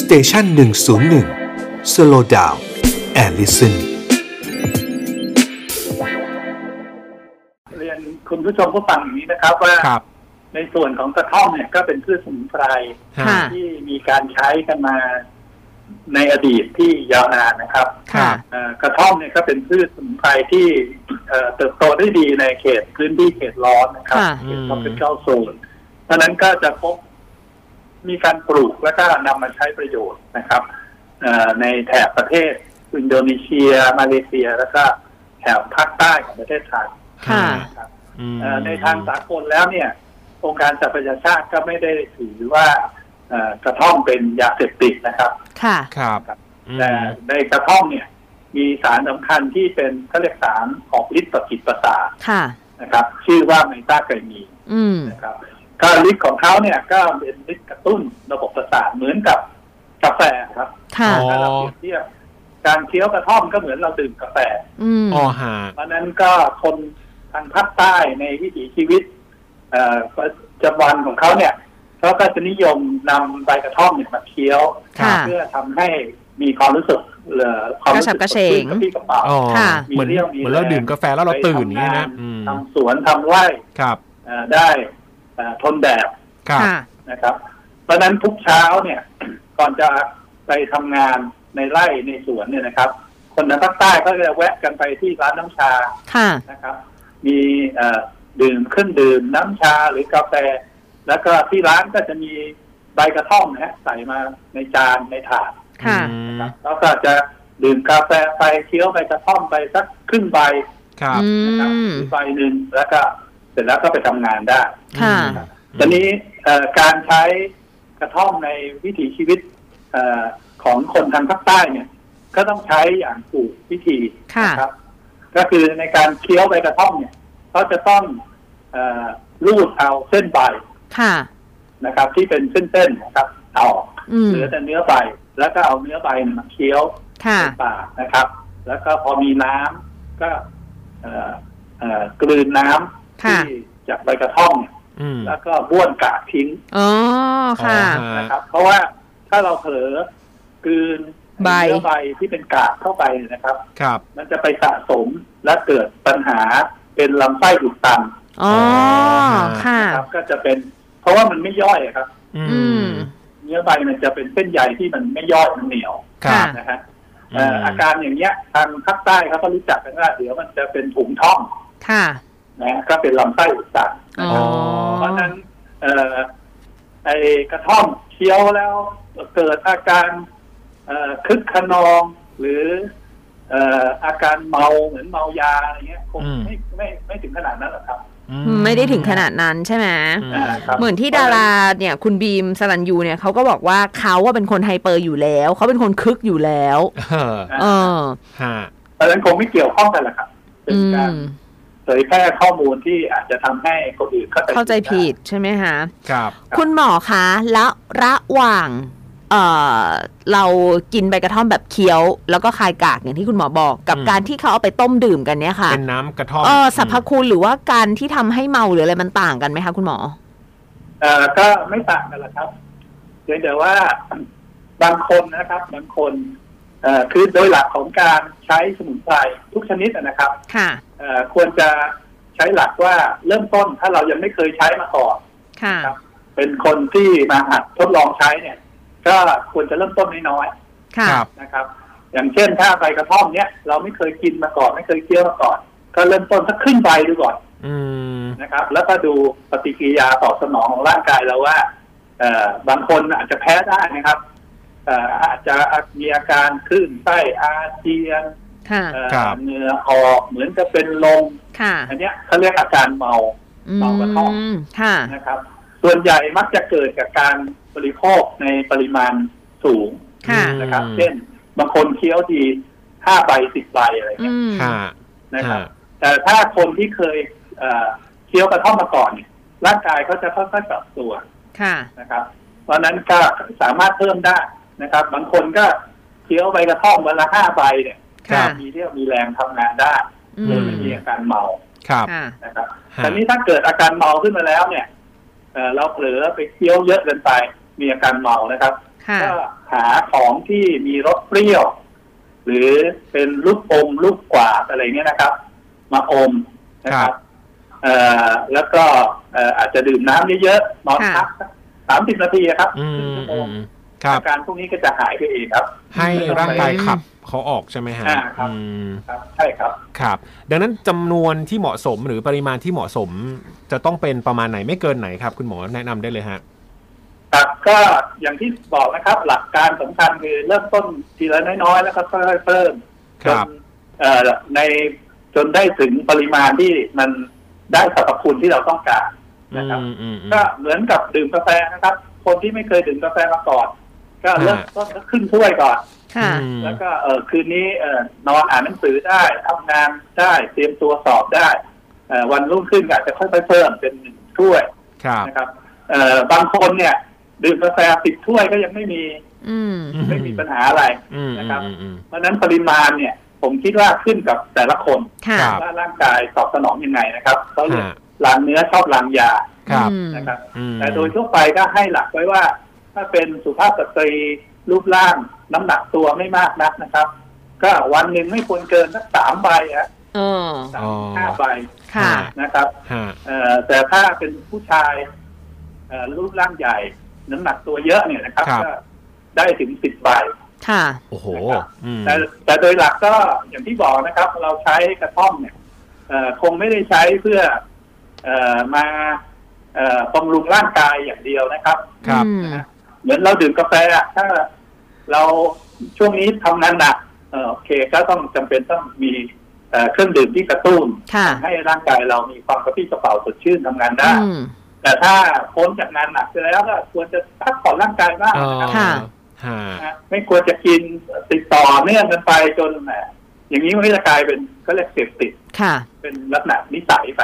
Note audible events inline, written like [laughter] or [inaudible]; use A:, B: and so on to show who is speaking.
A: สเตชันหนึ่งศูนย์หนึ่งสโลดาวแอลลิสัน
B: เรียนคุณผู้ชมผู้ฟังอย่างนี้นะครับ ว่า
C: ครับ
B: ในส่วนของกระท่อมเนี่ยก็เป็นพืชสมุนไพร
C: ฮะ
D: ค่ะ
B: ที่มีการใช้กันมาในอดีตที่ยาวนานนะครับ
D: ค่ะ
B: เอ่อกระท่อมเนี่ยก็เป็นพืชสมุนไพรที่เอ่อเติบโตได้ดีในเขตพื้นที่เขตร้อนนะครับ
D: ค่ะ
B: เขตท็อปเป็นเก้าโซนเพราะฉะนั้นก็จะพบมีการปลูกแล้วก็นำมาใช้ประโยชน์นะครับเอ่อในแถบประเทศอินโดนีเซีย มาเลเซีย แล้วก็แถบภาคใต้ของประเทศไทย
D: ค่ะ
B: นะครับ
C: ม
B: เอ่อในทางสากลแล้วเนี่ยองค์การสหประชาชาติก็ไม่ได้ถือว่าเอ่อกระท่อมเป็นยาเสพติดนะครับ
D: ค่ะ
C: ครับ
B: แต่ในกระท่อมเนี่ยมีสารสำคัญที่เป็นเขาเรียกสารออกฤทธิ์ต่อจิตประสาท
D: ค่ะ
B: นะครับ ชื่อว่าไมตาไกลมีน
D: อืม
B: นะครับก็ฤทธิ์ของเขาเนี่ยก็เป็นฤทธิ์กระตุ้นระบบประสาทเหมือนกับกาแฟครับ
D: ค่ะ
B: ถ้าเราเปรียบเทียบการเคี้ยวกระท่อมก็เหมือนเราดื่มกาแฟ
D: อืม
C: อ๋อฮะ
B: เพราะฉะนั้นก็คนทางภาคใต้ในวิถีชีวิตเอ่อประจำวันของเขาเนี่ยเขาก็จะนิยมนำใบกระท่อมเนี่ยมาเคี้ยว
D: ค่ะ
B: เพื่อทำให้มีความรู้สึกเอ่อความรู้สึ
D: กระฉับกระเฉง
B: กระปี้กระเป๋า
C: อ๋อ
D: ค่ะ
C: เหมือน
B: รี่ยว
C: เหมือนเราดื่มกาแฟแล้วเราตื่นอย่างนี้
B: ไป
C: นะ
B: ทำ
C: อืม
B: ทำสวนทำไร่
C: ครับ
B: เอ่อได้เอ่อทนแดด
C: ครับ
D: ค่ะ
B: นะครับ เพราะฉะนั้นทุกเช้าเนี่ย [coughs] ก่อนจะไปทำงานในไร่ในสวนเนี่ยนะครับ คนทางภาคใต้ก็จะแวะกันไปที่ร้านน้ำชา
D: ค่ะ
B: นะครับมีเอ่อดื่มเครื่องดื่มน้ำชาหรือกาแฟ แล้วก็ที่ร้านก็จะมีใบกระท่อมนะฮะใส่มาในจานในถาด
D: ค่ะ
C: อืม
B: แล้วก็จะดื่มกาแฟไปเคี้ยวใบกระท่อมไปสักครึ่งใบ
C: ครับ
D: อื
B: นะครับ
D: ม
B: หรือใบหนึ่งแล้วก็เสร็จแล้วก็ไปทำงานได้
D: ค่ะ
B: ตอนนี้เอ่อการใช้กระท่อมในวิถีชีวิตเออของคนทางภาคใต้เนี่ยก็ต้องใช้อย่างถูกวิธี
D: ค่ะ
B: นะครับก็คือในการเคี้ยวใบกระท่อมเนี่ยเขาจะต้องเออรูดเอาเส้นใบ
D: ค่ะ
B: นะครับ ที่เป็นเส้นๆนะครับเอาออก
D: อืม
B: เหลือแต่เนื้อใบแล้วก็เอาเนื้อใบเนี่ยมาเคี้ยว
D: ค่ะ
B: ในปากนะครับ แล้วก็พอมีน้ำก็เอ่อเอ่อกลืนน้ำ
D: ค่ะ
B: ที่จากใบกระท่อมเนี่ย
C: อืม
B: แล้วก็บ้วนกากทิ้ง
D: อ๋อ ค่ะ
C: อ๋อ
B: นะค
C: ฮะ
B: รับ เพราะว่าถ้าเราเผลอกลืน
D: ใบ
B: เนื้อใบที่เป็นกากเข้าไปเนี่ยนะครับ
C: ครับ
B: มันจะไปสะสมและเกิดปัญหาเป็นลำไส้อุดตัน
D: อ๋อ ค่ะ
B: นะครับ ก็จะเป็น เพราะว่ามันไม่ย่อยอะครับ
C: อื
D: อืม
C: ม
B: เนื้อใบมันจะเป็นเส้นใยที่มันไม่ย่อยมันเหนียว
C: ครับ
D: ค่ะ
B: นะฮะเอ่อ
C: อืม
B: อาการอย่างเงี้ยทางภาคใต้เขาก็รู้จักกันว่าเดี๋ยวมันจะเป็นถุงท่อง
D: ค่ะ
B: นะก็เป็นลำไส้อุดตัน
D: อ๋อ
B: เพราะฉะนั้นเอ่อไอ้กระท่อมเคี้ยวแล้วเกิดอาการเอ่อคึกขนองหรือเอ่ออาการเมาเหมือนเมายาอะไรเงี้ยคง
C: อืม
B: ไม่ไม่ไม่ถึงขนาดนั้นหรอกครับ
C: อื
D: ไม่ได้ถึงขนาดนั้นใช่ไหม
C: อืม
B: อ่าครับ
D: เหมือนที่ดาราเนี่ย คุณบีมสรัญยูเนี่ยเขาก็บอกว่าเขาว่าเป็นคนไฮเปอร์อยู่แล้ว เขาเป็นคนคึกอยู่แล้ว
C: เออ
D: เออ
C: ฮะ
B: เพราะฉะนั้นคงไม่เกี่ยวข้องกันแหละครับ เป็น
D: อื
B: การ
D: ม
B: เผยแพร่ข้อมูลที่อาจจะทำให้คนอื่นเข้าใจ
D: เข้าใจผิดใช่ไหมคะ
C: ครับ
D: คุณหมอคะแล้วระหว่างเอ่อเรากินใบกระท่อมแบบเคี้ยว แล้วก็คายกากอย่างที่คุณหมอบอก กับ
C: อืม
D: การที่เขาเอาไปต้มดื่มกันเนี่ยค่ะ
C: เป็นน้ำกระท่อม
D: เออสรรพคุณหรือว่าการที่ทำให้เมาหรืออะไรมันต่างกันไหมคะคุณหมอ
B: เอ่อก็ไม่ต่างกันแหละครับเพียงแต่ว่า บางคนนะครับ บางคนเอ่อคือโดยหลักของการใช้สมุนไพรทุกชนิดนะครับ
D: ค่ะ
B: เอ่อควรจะใช้หลักว่าเริ่มต้นถ้าเรายังไม่เคยใช้มาก่อน
D: ค่ะ
B: ครับ เป็นคนที่มาหัดทดลองใช้เนี่ย ก็ควรจะเริ่มต้นน้อยๆ
D: ค่ะ
C: ครับ
B: นะครับอย่างเช่นถ้าใบกระท่อมเนี้ยเราไม่เคยกินมาก่อนไม่เคยเคี้ยวมาก่อน ก็เริ่มต้นสักครึ่งใบดูก่อน
C: อืม
B: นะครับ แล้วก็ดูปฏิกิริยาตอบสนองของร่างกายเราว่าเอ่อบางคนอาจจะแพ้ได้นะครับเอ่ออาจจะมีอาการคลื่นไส้อาเจียน
D: ค่ะ
B: เอ่อเหงื่อออกเหมือนจะเป็นลม
D: ค่ะ
B: อันเนี้ยเขาเรียกอาการเมา
D: อื
B: เมากระท่อม
D: มค่ะ
B: นะครับ ส่วนใหญ่มักจะเกิดจากการบริโภคในปริมาณสูง
D: ค่ะ
B: นะครับเช่นบางคนเคี้ยวทีห้าใบสิบใบอะไร
D: อื
B: เงี้ย
D: ม
C: ค่ะ
B: นะครับแต่ถ้าคนที่เคยเอ่อเคี้ยวกระท่อมมาก่อนเนี่ยร่างกายเขาจะค่อยๆปรับตัว
D: ค่ะ
B: นะครับ เพราะฉะนั้นก็สามารถเพิ่มได้นะครับ บางคนก็เคี้ยวใบกระท่อมวันละห้าใบเนี่ย
D: ค่ะ
B: มีเรี่ยวมีแรงทำงานได้
D: อื
B: โดย
D: ม
B: ไม่มีอาการเมา
C: ครับ
D: ค่ะ
B: นะครับ
C: ฮะ
B: แต่นี้ถ้าเกิดอาการเมาขึ้นมาแล้วเนี่ยเอ่อเราเผลอไปเคี้ยวเยอะเกินไปมีอาการเมานะครับ
D: ค่ะ
B: ก็หาของที่มีรสเปรี้ยว หรือเป็นลูกอมลูกกวาดอะไรเนี่ยนะครับ มาอมนะค
C: ครั
B: รับบ เอ่อแล้วก็เอ่ออาจจะดื่มน้ำเยอะๆนอนพักสามสิบนาทีครับ
C: อื
B: ครึ่ง
C: ม
B: ชั่วโม
C: อื
B: ง
C: มครับ
B: อาการพวกนี้ก็จะหายไปเองครับ
C: ให้ร่างกายขับเขาออกใช่ไหมฮะ
B: อ่าครับ
C: อืม
B: ครับ ใช่ครับ
C: ครับ ดังนั้นจำนวนที่เหมาะสมหรือปริมาณที่เหมาะสม จะต้องเป็นประมาณไหนไม่เกินไหนครับ คุณหมอแนะนำได้เลยฮะ
B: ครับก็อย่างที่บอกนะครับ หลักการสำคัญคือเริ่มต้นทีละน้อยๆแล้วก็ค่อยๆเพิ่มจ
C: ค
B: น
C: รับ
B: เอ่อในจนได้ถึงปริมาณที่มันได้สรรพคุณที่เราต้องการ
C: อื
B: นะครับ
C: มอืมอืม
B: ก็เหมือนกับดื่มกาแฟนะครับ คนที่ไม่เคยดื่มกาแฟมาก่อน ก็เริ่ม
C: อ่า
B: ต้นก็ขึ้นถ้วยก่อน
D: ค่ะ
C: อืม
B: แล้วก็เออคืนนี้เออนอนอ่านหนังสือได้ทำงานได้เตรียมตัวสอบได้เอ่อวันรุ่งขึ้นก็อาจจะค่อยๆเพิ่มเป็นหนึ่งถ้วย
C: ครับ
B: นะครับเอ่อบางคนเนี่ยดื่มกาแฟสิบถ้วยก็ยังไม่มี
D: อืม
B: ไม่มีปัญหาอะไร
C: อืม
B: นะครับ
C: อืมอืม
B: เพราะฉะนั้นปริมาณเนี่ย ผมคิดว่าขึ้นกับแต่ละคน
D: ค่ะ
C: ครับ
B: ว่าร่างกายตอบสนองยังไงนะครับเขาเรียก
C: ฮะ
B: หลังเนื้อชอบหลังยา
C: ครับ
D: อืม
B: นะครับ
C: อืม
B: แต่โดยทั่วไปก็ให้หลักไว้ว่า ถ้าเป็นสุภาพสตรีรูปร่างน้ำหนักตัวไม่มากนักนะครับ ก็วันหนึ่งไม่ควรเกินสักสามใบฮะ
D: เออ
B: สามถึงห้าใบ
D: ค่ะ
B: นะครับ
C: ฮะ
B: เอ่อแต่ถ้าเป็นผู้ชายเอ่อรูปร่างใหญ่ น้ำหนักตัวเยอะเนี่ยนะครับ
C: ครับ
B: ก็ได้ถึงสิบใบ
D: ค่ะ
C: โอ้โห
B: นะครับ
C: อืม
B: แต่แต่โดยหลักก็อย่างที่บอกนะครับ เราใช้กระท่อมเนี่ยเอ่อคงไม่ได้ใช้เพื่อเอ่อมาเอ่อบำรุงร่างกายอย่างเดียวนะครับ
C: ครับ
D: อืม
B: เหมือนเราดื่มกาแฟอะถ้าเราช่วงนี้ทำงานหนักเอ่อโอเคก็ต้องจำเป็นต้องมีเอ่อเครื่องดื่มที่กระตุ้น
D: ค่ะ
B: ให้ร่างกายเรามีความกระปรี้กระเป๋าสดชื่นทำงานได้
D: อืม
B: แต่ถ้าพ้นจากงานหนักไปแล้วก็ควรจะพักผ่อนร่างกายบ้าง
C: เอ่อ
B: นะค
D: ค่ะ
B: รับ
C: ฮะ
B: นะไม่ควรจะกินติดต่อเนื่องกันไปจนแหมอย่างนี้มันก็จะกลายเป็นก็เรียกเสพติด
D: ค่ะ
B: เป็นลักษณะนิสัยไป